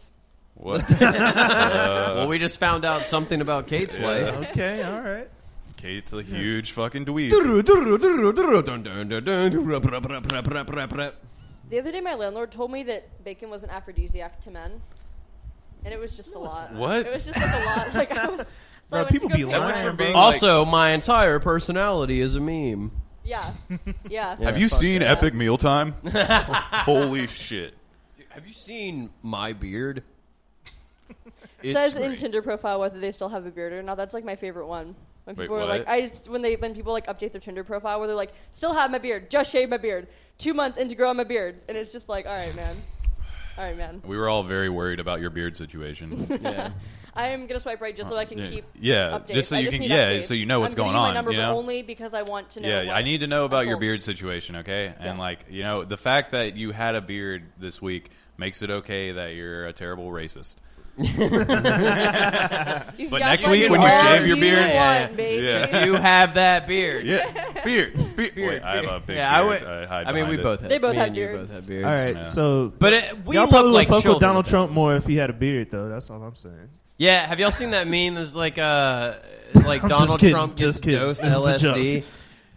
What?
well, we just found out something about Kate's
Yeah.
life.
Okay, all right.
Kate's a huge fucking dweeb.
That's
The other day, my landlord told me that bacon was an aphrodisiac to men, and it was just a lot.
What?
It was just like a lot. Like I was. So I
Bro,
went to
people
go
be
pick up-
lying.
from
bro.
being like-
Also, my entire personality is a meme.
Yeah. Yeah.
Have you
fuck
seen Epic Mealtime? Holy shit!
Have you seen my beard?
It says in Tinder profile whether they still have a beard or not. That's like my favorite one. When
Wait,
people are
what?
like, I just when they when people like update their Tinder profile where they're like, still have my beard, just shave my beard, two months into growing my beard, and it's just like, all right, man, all right, man,
We were all very worried about your beard situation.
Yeah.
I am gonna swipe right just so I can
yeah.
keep
Yeah,
updates.
just so
I
you can-
need
yeah,
updates.
so you know what's
I'm giving
going
you My
on,
number
you know?
only because I want to know.
yeah,
what
I need to know about your
unfolds.
beard situation, okay? And like, you know, the fact that you had a beard this week makes it okay that you're a terrible racist.
You've
But
got
next
what
week when
you
want,
shave your
beard-
want,
Yeah, yeah,
baby.
Yeah.
You have that beard.
Yeah, beard, beard. Wait, I have a big
yeah,
beard.
I,
I,
would,
hide
I mean, we
behind it.
both have.
They both
me
have
and you both
beards.
have beards.
All right,
Yeah.
so
But it, we
y'all
look
probably would
like
fuck
children.
with Donald Trump more if he had a beard, though. That's all I'm saying.
Yeah, have y'all seen that meme? There's like uh like
I'm just
Donald
kidding,
Trump
just
just
kidding.
dosed
It was a
LSD.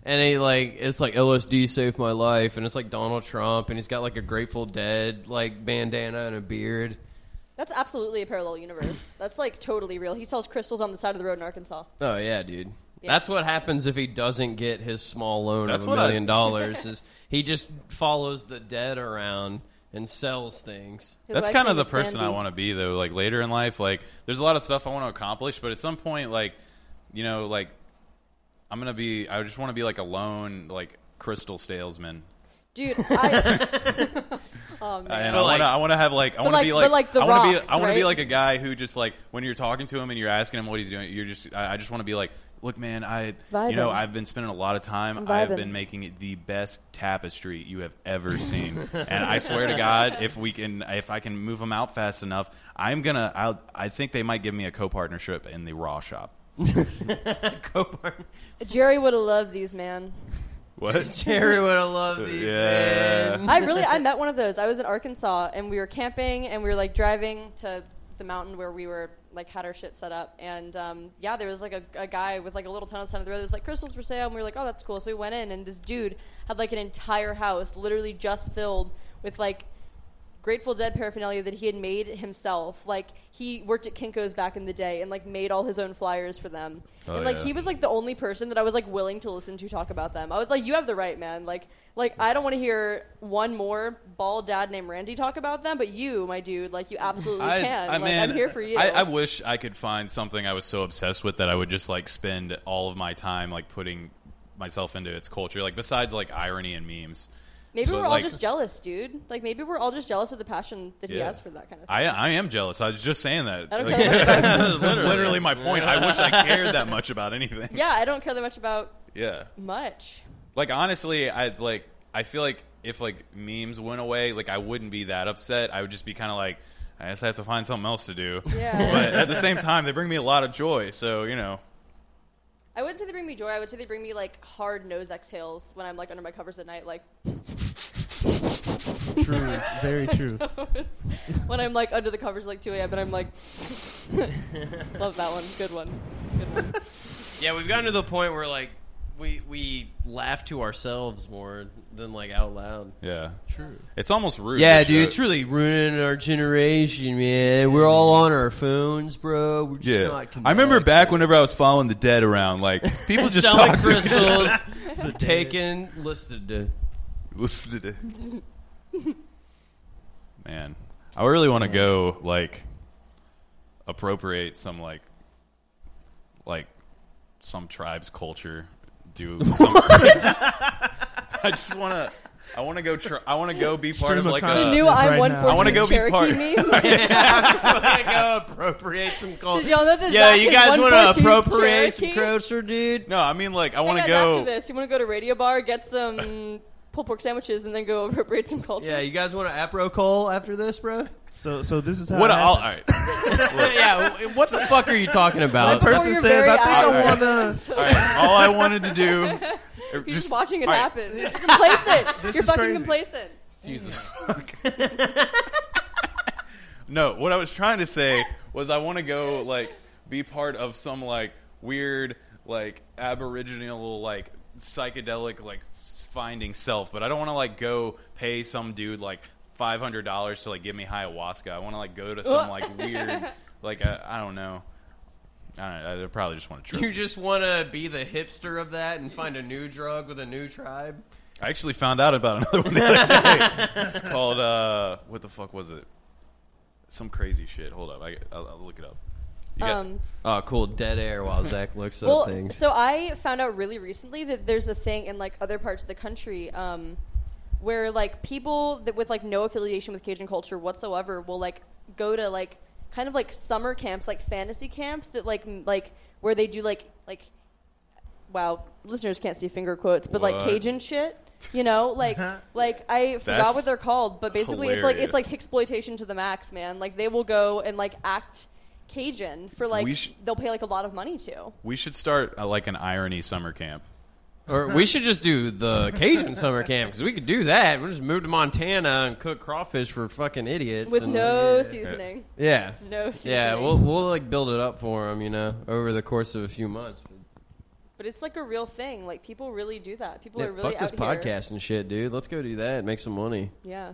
And he like it's like LSD saved my life, and it's like Donald Trump, and he's got like a Grateful Dead like bandana and a beard.
That's absolutely a parallel universe. That's like totally real. He sells crystals on the side of the road in Arkansas.
Oh yeah, dude.
Yeah.
That's what happens if he doesn't get his small loan
That's
of a
what I-
million dollars. Is he just follows the dead around and sells things?
His
That's
wife's
kind of
name
the
is
person I
Sandy.
want to be though. Like later in life, like there's a lot of stuff I want to accomplish, but at some point, like you know, like I'm gonna be. I just want to be like a lone like crystal salesman,
Dude, I. oh, man.
and
But,
I
like-
want to. I want to have like I want to
like-
be
but,
like,
like, The
I want to
Rock's,
be. I want to be
right?
like a guy who just like when you're talking to him and you're asking him what he's doing, you're just. I, I just want to be like. Look, man, I you know
Vibin'.
I've been spending a lot of
I'm
time. I've
vibin'.
been making it the best tapestry you have ever seen, and I swear to God, if we can, if I can move them out fast enough, I'm gonna. I'll, I think they might give me a co-partnership in the Raw shop.
Copart
Jerry would have loved these, man.
What?
Jerry would have loved these.
Yeah.
man.
I really, I met one of those. I was in Arkansas, and we were camping, and we were like driving to the mountain where we were like had our shit set up, and um, yeah, there was like a, a guy with like a little town on the side of the road. that was like crystals for sale, and we were like, oh, that's cool. So we went in, and this dude had like an entire house, literally just filled with like Grateful Dead paraphernalia that he had made himself. Like he worked at Kinko's back in the day and like made all his own flyers for them.
Oh,
and like
yeah.
he was like the only person that I was like willing to listen to talk about them. I was like, you have the right, man. Like like I don't want to hear one more bald dad named Randy talk about them, but you, my dude, like you absolutely can. like,
man,
I'm here for you.
I, I wish I could find something I was so obsessed with that I would just like spend all of my time like putting myself into its culture. Like besides like irony and memes.
maybe
so,
we're all
like-
just jealous, dude. Like maybe we're all just jealous of the passion that he
Yeah.
has for that kind of thing.
I I am jealous. I was just saying that.
I don't
Like,
care that much about-
that's literally my point. I wish I cared that much about anything.
yeah, I don't care that much about
yeah.
much.
Like honestly, I like I feel like if like memes went away, like I wouldn't be that upset. I would just be kind of like I guess I have to find something else to do.
Yeah.
But at the same time, they bring me a lot of joy. So you know,
I wouldn't say they bring me joy. I would say they bring me like hard nose exhales when I'm like under my covers at night, like
True, very true.
when I'm like under the covers at, like 2 a.m. and I'm like, love that one. Good one. Good one.
Yeah, we've gotten to the point where like we we laugh to ourselves more than like out loud.
Yeah, true. It's almost rude.
Yeah,
to show-
dude, it's really ruining our generation, man. We're all on our phones, bro. We're just
Yeah,
not.
I remember back whenever I was following the dead around, like people just talk to each other.
crystals, the taken, listed. To.
Listen to that. Man, I really want to go like appropriate some like like some tribe's culture. Do some I just want to. I want to go. Tr- I want to go be part
Stream
of
of
like
You
Uh,
a.
consciousness.
knew
right
I'm
now.
I
114
wanna go be
Cherokee
part-
meme?
I'm just gonna go appropriate some culture.
Did y'all know that
Yeah,
Zach
you
is
guys want to
114
appropriate some
Cherokee?
culture, dude?
No, I mean like I
Hey
want to
guys,
go.
after this, you want to go to Radio Bar, get some pulled pork sandwiches, and then go appropriate some culture.
Yeah, you guys want to apro call after this, bro?
So, so this is how.
What?
it
a- All
happens.
right.
yeah, wh- what the fuck are you talking
One
about?
Or
person
you're
says,
very
"I think I
out.
want to."
All right. All I wanted to do.
You're just,
just-
watching it
all right.
happen. You're complacent.
This
You're
is
fucking
crazy.
complacent.
Jesus fuck. no, what I was trying to say was I want to go like be part of some like weird like aboriginal like psychedelic like s- finding self, but I don't want to like go pay some dude like five hundred dollars to like give me ayahuasca. I want to like go to some like weird like I I don't know. I don't know. I probably just want to
You
trip.
just want to be the hipster of that and find a new drug with a new tribe?
I actually found out about another one the other day. It's called uh, what the fuck was it? Some crazy shit. Hold up, I, I'll, I'll look it up. You got-
Um,
Oh, cool. Dead air while Zach looks up
well,
things.
so I found out really recently that there's a thing in like other parts of the country um, where like people that with like no affiliation with Cajun culture whatsoever will like go to like kind of like summer camps, like fantasy camps that like m- like where they do like like wow, listeners can't see finger quotes, but like
What?
Cajun shit. You know, like like I forgot
That's
what they're called, but basically it's
hilarious.
like it's like exploitation to the max, man. Like they will go and like act Cajun for like
We sh-
they'll pay like a lot of money to.
we should start uh, like an irony summer camp.
Or we should just do the Cajun summer camp because we could do that. We'll just move to Montana and cook crawfish for fucking idiots.
with
and-
no seasoning.
yeah,
No seasoning.
yeah. We'll we'll like build it up for them, you know, over the course of a few months.
but it's like a real thing. Like people really do that. People
Yeah,
are really
fuck this
out here.
podcast and shit, dude. Let's go do that. Make some money.
Yeah,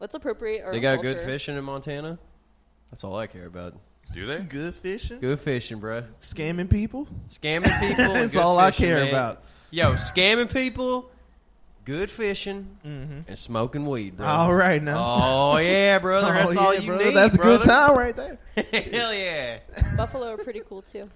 let's appropriate our.
They got
culture.
good fishing in Montana. That's all I care about.
Do they?
Good fishing,
Good fishing, bro.
scamming people.
Scamming people. and
That's
good
all I
fishing,
care
man.
about.
Yo, scamming people, good fishing, and smoking weed, bro.
Mm-hmm. All right now.
Oh yeah, brother. That's
Oh,
all
yeah,
you
brother.
need.
That's a
brother.
good time right there.
Hell yeah.
Buffalo are pretty cool too.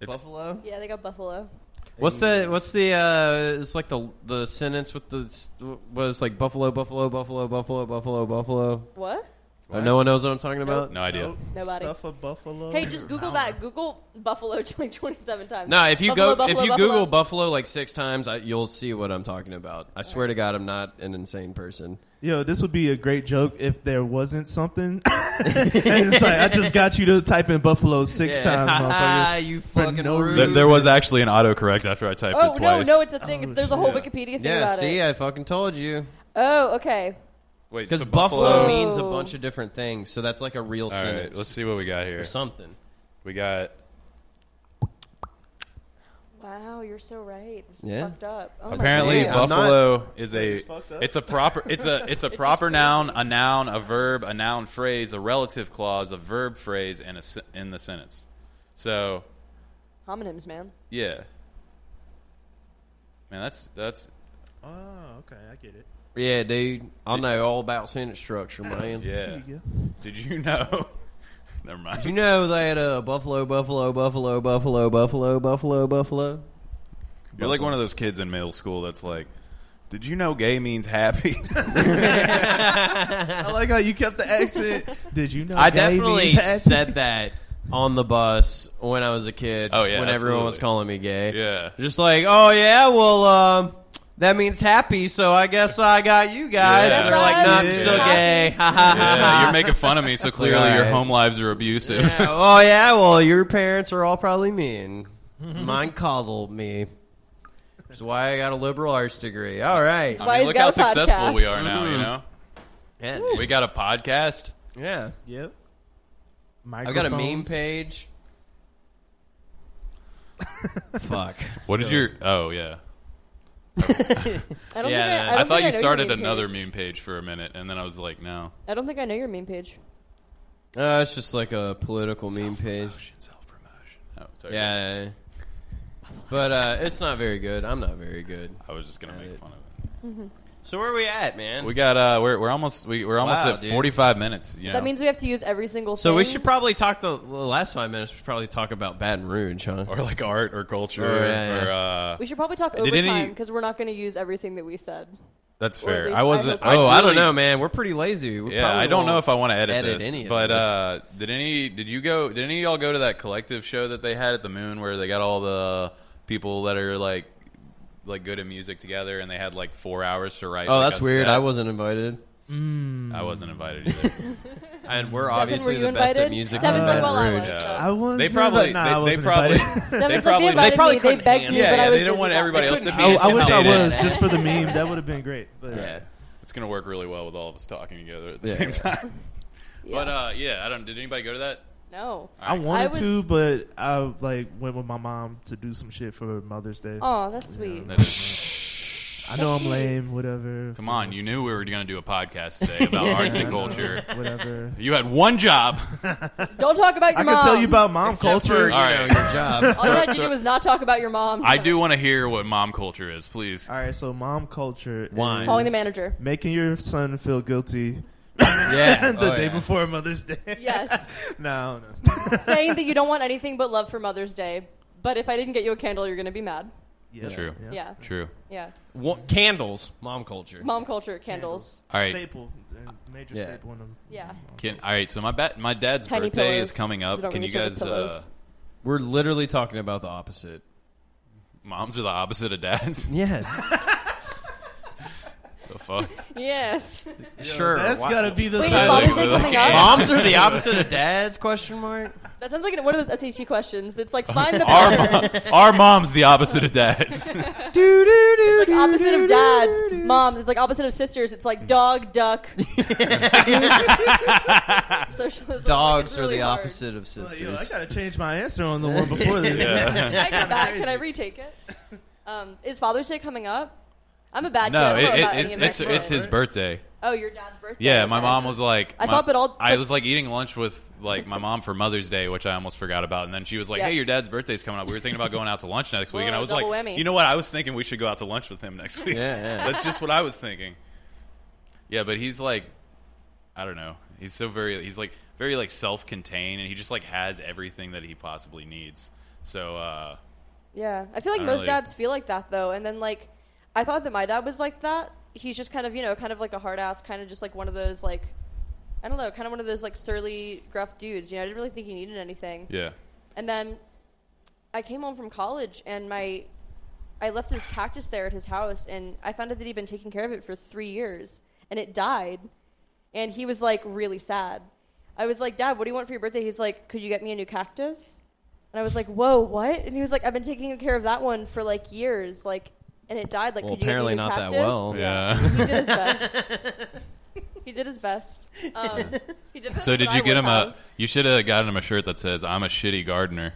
It's-
Buffalo.
Yeah, they got buffalo.
What's the what's the uh it's like the the sentence with the s- was like buffalo buffalo buffalo buffalo buffalo buffalo.
What?
Uh, no one knows what I'm talking about.
No idea.
Nope.
Nobody.
Stuff of
Oh,
buffalo.
Hey, just Google that. Google buffalo like twenty-seven times.
No, if you
Buffalo,
go
buffalo,
if you
buffalo.
Google buffalo like six times, I, you'll see what I'm talking about. I swear to God, I'm not an insane person.
Yo, this would be a great joke if there wasn't something. and it's like I just got you to type in buffalo six times, motherfucker.
you
For
fucking
no
rude.
Th- there was actually an autocorrect after I typed
Oh
it
no,
twice.
no, it's a thing.
Oh,
There's a whole
shit.
Wikipedia thing
yeah,
about
see,
it.
I fucking told you.
Oh, okay.
Wait,
Because
so
buffalo Oh.
Buffalo-
means a bunch of different things, so that's like a real
All right,
sentence
let's see what we got
or
here.
something.
We got.
Wow, you're so right. This is
Yeah.
fucked up. Oh my
Apparently,
Yeah,
God.
I'm not-
buffalo is a
It's fucked up.
it's a proper it's a it's a proper noun, a noun, a verb, a noun phrase, a relative clause, a verb phrase, and a se- in the sentence. So
homonyms, man.
yeah, man, that's that's
Oh, okay, I get it.
Yeah, dude, I know all about sentence structure, man.
yeah.
Here you
Did you know? Never mind.
Did you know that uh, buffalo, buffalo, buffalo, buffalo, buffalo, buffalo, buffalo?
You're like one of those kids in middle school that's like, did you know gay means happy?
go. I like how you kept the accent. Did you know?
I
gay
definitely
means happy?
said that on the bus when I was a kid.
Oh, yeah,
when everyone was
absolutely.
calling me gay.
Yeah.
just like, oh yeah, well, um, that means happy. So I guess I got you guys.
Yeah.
And they're like, no, I'm
Yeah.
still
Happy.
gay. Ha ha ha.
yeah, you're making fun of me, so clearly your
Right.
home lives are abusive.
Yeah, Oh yeah, well, your parents are all probably mean. Mine coddled me. That's why I got a liberal arts degree. All right.
I
why
mean,
he's
look
got
how
a
successful
podcast.
we are now. You know,
Yeah.
we got a podcast.
yeah.
Yep.
I've got a meme page. Fuck.
What is your? Oh yeah.
I don't
Yeah,
think
no,
I,
I, I, don't
thought
think I
you
know
started
your meme
another
page.
meme page for a minute, and then I was like, no.
I don't think I know your meme page.
Uh, it's just like a political meme page.
Self promotion. Oh, sorry.
Yeah. But uh, it's not very good. I'm not very good.
I was just gonna make fun of
So where are we at, man?
it. We got. Uh, we're we're almost we, we're almost
Wow,
at
dude.
45 minutes. You know.
That means we have to use every single.
so
thing.
we should probably talk the, the last five minutes. We should probably talk about Baton Rouge, huh?
or like art or culture
Or, yeah,
or.
yeah.
Uh,
We should probably talk
Did any-
overtime because we're not going to use everything that we said.
that's
or at
fair.
least
I
I
wasn't.
hope-
oh, I don't
really-
know, man. We're pretty lazy. We
Yeah,
probably
I don't know
won't-
if I want to edit,
edit
this,
any of
but
this.
uh, did any? Did you go? Did any of y'all go to that collective show that they had at the Moon where they got all the people that are like, like good at music together, and they had like four hours to write?
Oh,
like,
that's
a
weird.
set?
I wasn't invited.
I wasn't invited either.
And we're
were
obviously
you
the best at
invited?
music
Devin
in
said,
Baton
"Well, I
Rouge.
was."
Yeah.
I was.
They probably.
Nah,
they,
I
they
wasn't
probably.
invited.
They
Devin's like,
probably.
they
They
invited
probably
me. They
couldn't
begged
handle
me, but
yeah,
I was
they didn't
busy
want
that
everybody
day.
else to be
I, I wish I
intimidated.
was just for the meme. That would have been great. But
Yeah.
It's gonna work really well with all of us talking together at the
Yeah,
same
yeah.
time.
Yeah.
But uh, yeah, I don't. Did anybody go to that?
no.
I
Alright.
wanted
I was-
to, but I like went with my mom to do some shit for Mother's Day.
Oh, that's sweet.
That is-
I know I'm lame. Whatever.
Come on, you knew we were gonna do a podcast today about arts and culture.
Whatever.
You had one job.
Don't talk about your
I
mom.
can tell you about mom
Except
culture.
for, you
All
know,
right.
your job.
All you had to do was not talk about your mom.
I do want to hear what mom culture is, please.
All right, so mom culture.
Wine.
is
Calling the manager.
Making your son feel guilty
yeah,
the
oh,
day
yeah.
before Mother's Day.
Yes,
no, no.
saying that you don't want anything but love for Mother's Day. But if I didn't get you a candle, you're going to be mad.
Yeah,
True.
yeah.
Yeah,
True.
yeah.
Wa- candles, mom culture.
Mom culture candles.
All right.
Staple. uh, Major
Yeah.
staple in them.
Yeah.
Can, all right. So my ba- my dad's
Tiny
birthday
pillows.
is coming
We
up.
don't
Can
really
you
show the
guys? Uh,
pillows.
We're literally talking about the opposite.
moms are the opposite of dads.
Yes,
the fuck.
Yes.
sure.
That's
why-
gotta be the
Wait, is
Tyler,
title.
Father's Day
look
coming
at-
up?
Moms are the opposite of dads? Question mark.
That sounds like one of those SAT questions that's like find the
Our
pattern.
mo- our mom's the opposite of dads.
Do do do.
It's like opposite of dads, moms. It's like opposite of sisters. It's like dog, duck. Socialism. Like,
Dogs
it's
are
really
the
hard.
opposite of
Like, yo, I
sisters.
gotta change my answer on the one before this.
Yeah.
Can I go back? Can I retake it? Um, is Father's Day coming up? I'm a bad
No,
kid. I don't know
it,
about
it,
any
it's
of that
it's
shit.
it's his birthday.
Oh, your dad's birthday.
Yeah,
okay.
my mom was like,
I
my-
thought, but all-
I
but-
was like eating lunch with like my mom for Mother's Day, which I almost forgot about, and then she was like,
Yeah.
"Hey, your dad's birthday's coming up. We were thinking about going out to lunch next week,"
Whoa,
and I was like,
double whammy.
"You know what? I was thinking we should go out to lunch with him next week.
Yeah, yeah.
that's just what I was thinking." Yeah, but he's like, I don't know. He's so very he's like very like self-contained, and he just like has everything that he possibly needs. So uh,
Yeah, I feel like
I don't
most
really-
dads feel like that though, and then like I thought that my dad was like that. He's just kind of you know kind of like a hard ass, kind of just like one of those like I don't know, kind of one of those like surly, gruff dudes. You know, I didn't really think he needed anything.
yeah,
And then I came home from college and my I left this cactus there at his house and I found out that he'd been taking care of it for three years and it died. And he was like really sad. I was like, Dad, what do you want for your birthday? He's like, Could you get me a new cactus? And I was like, Whoa, what? And he was like, I've been taking care of that one for like years, like and it died. Like,
Well,
could you get me
apparently
a new
not that
cactus?
well.
yeah.
He did his best. he did his best. Um, he
So
did better
did
than
you
I
get
would
him
have.
a? You should have gotten him a shirt that says "I'm a shitty gardener."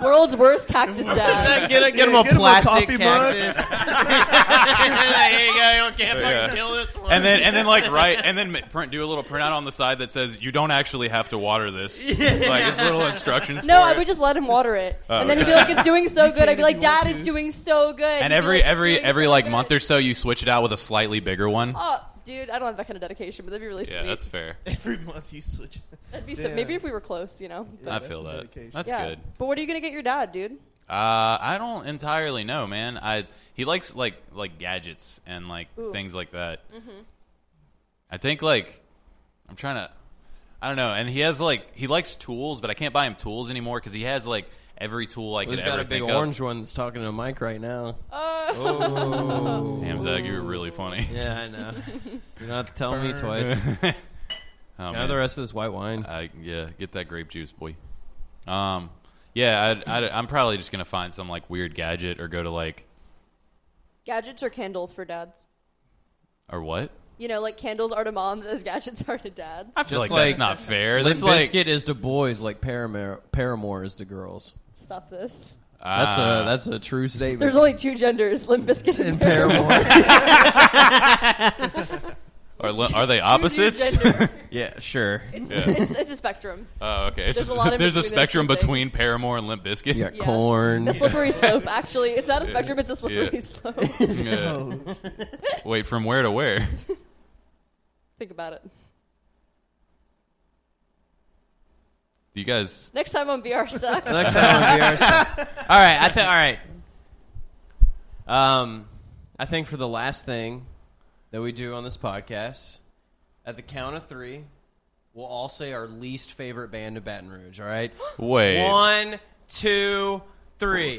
world's worst cactus dad?
Get, a- get him a
Yeah, get him a
plastic
coffee mug.
cactus. There you go. You can't
Yeah.
fucking kill this one.
and then and then like right and then ma- print do a little printout on the side that says you don't actually have to water this. Like it's little instructions.
No,
for
I
it.
would just let him water it,
Oh,
and then he'd
okay.
be like, "It's doing so good." I'd
if
be
you
like,
want
"Dad, it's
to."
doing so good." He'd
And
be
every
like,
every
"Doing
every
so
like
good."
month or so, you switch it out with a slightly bigger one.
Oh, dude, I don't have that kind of dedication, but that'd be really
yeah,
sweet.
that's fair.
Every month you switch.
That'd be so,
Yeah.
maybe if we were close, you know.
I
that's
feel
some
that.
dedication.
That's
yeah,
good.
but what are you gonna get your dad, dude?
Uh, I don't entirely know, man. I he likes like like gadgets and like
Ooh.
things like that. I think like I'm trying to. I don't know. And he has like he likes tools, but I can't buy him tools anymore because he has like every tool I could
He's
ever
got a big
think of.
orange one that's talking to Mike right now.
Oh.
Damn, Zach, you were really funny.
Yeah, I know. you don't have to tell me twice.
Oh,
Now
man.
the rest of this white wine.
I, yeah, get that grape juice, boy. Um, yeah, I'd, I'd, I'm probably just gonna find some like weird gadget or go to like
Gadgets or candles for dads?
or what?
You know, like candles are to moms as gadgets are to dads.
I feel
Just
like, that's
like-
not fair.
Limp
That's like
Biscuit is to boys like Paramore, Paramore is to girls.
Stop this.
That's
Ah.
a that's a true statement.
There's only two genders, Limp Bizkit and
in
Paramore.
Paramore.
Are, li- are they
Choose your
opposites?
gender.
yeah, sure.
It's,
Yeah.
it's, it's a spectrum.
Oh, okay.
There's
So
a lot in
there's a
between those two
spectrum
things.
between Paramore and Limp Bizkit.
You got
Yeah.
corn.
The slippery slope, actually. It's not a
Yeah.
spectrum, it's a slippery
Yeah.
slope.
Yeah. Wait, from where to where?
Think about it.
Do you guys?
Next time on VR Sucks.
Next time on VR Sucks. All right, I think. All right. Um, I think for the last thing that we do on this podcast, at the count of three, we'll all say our least favorite band of Baton Rouge. All right.
Wait.
One, two, three.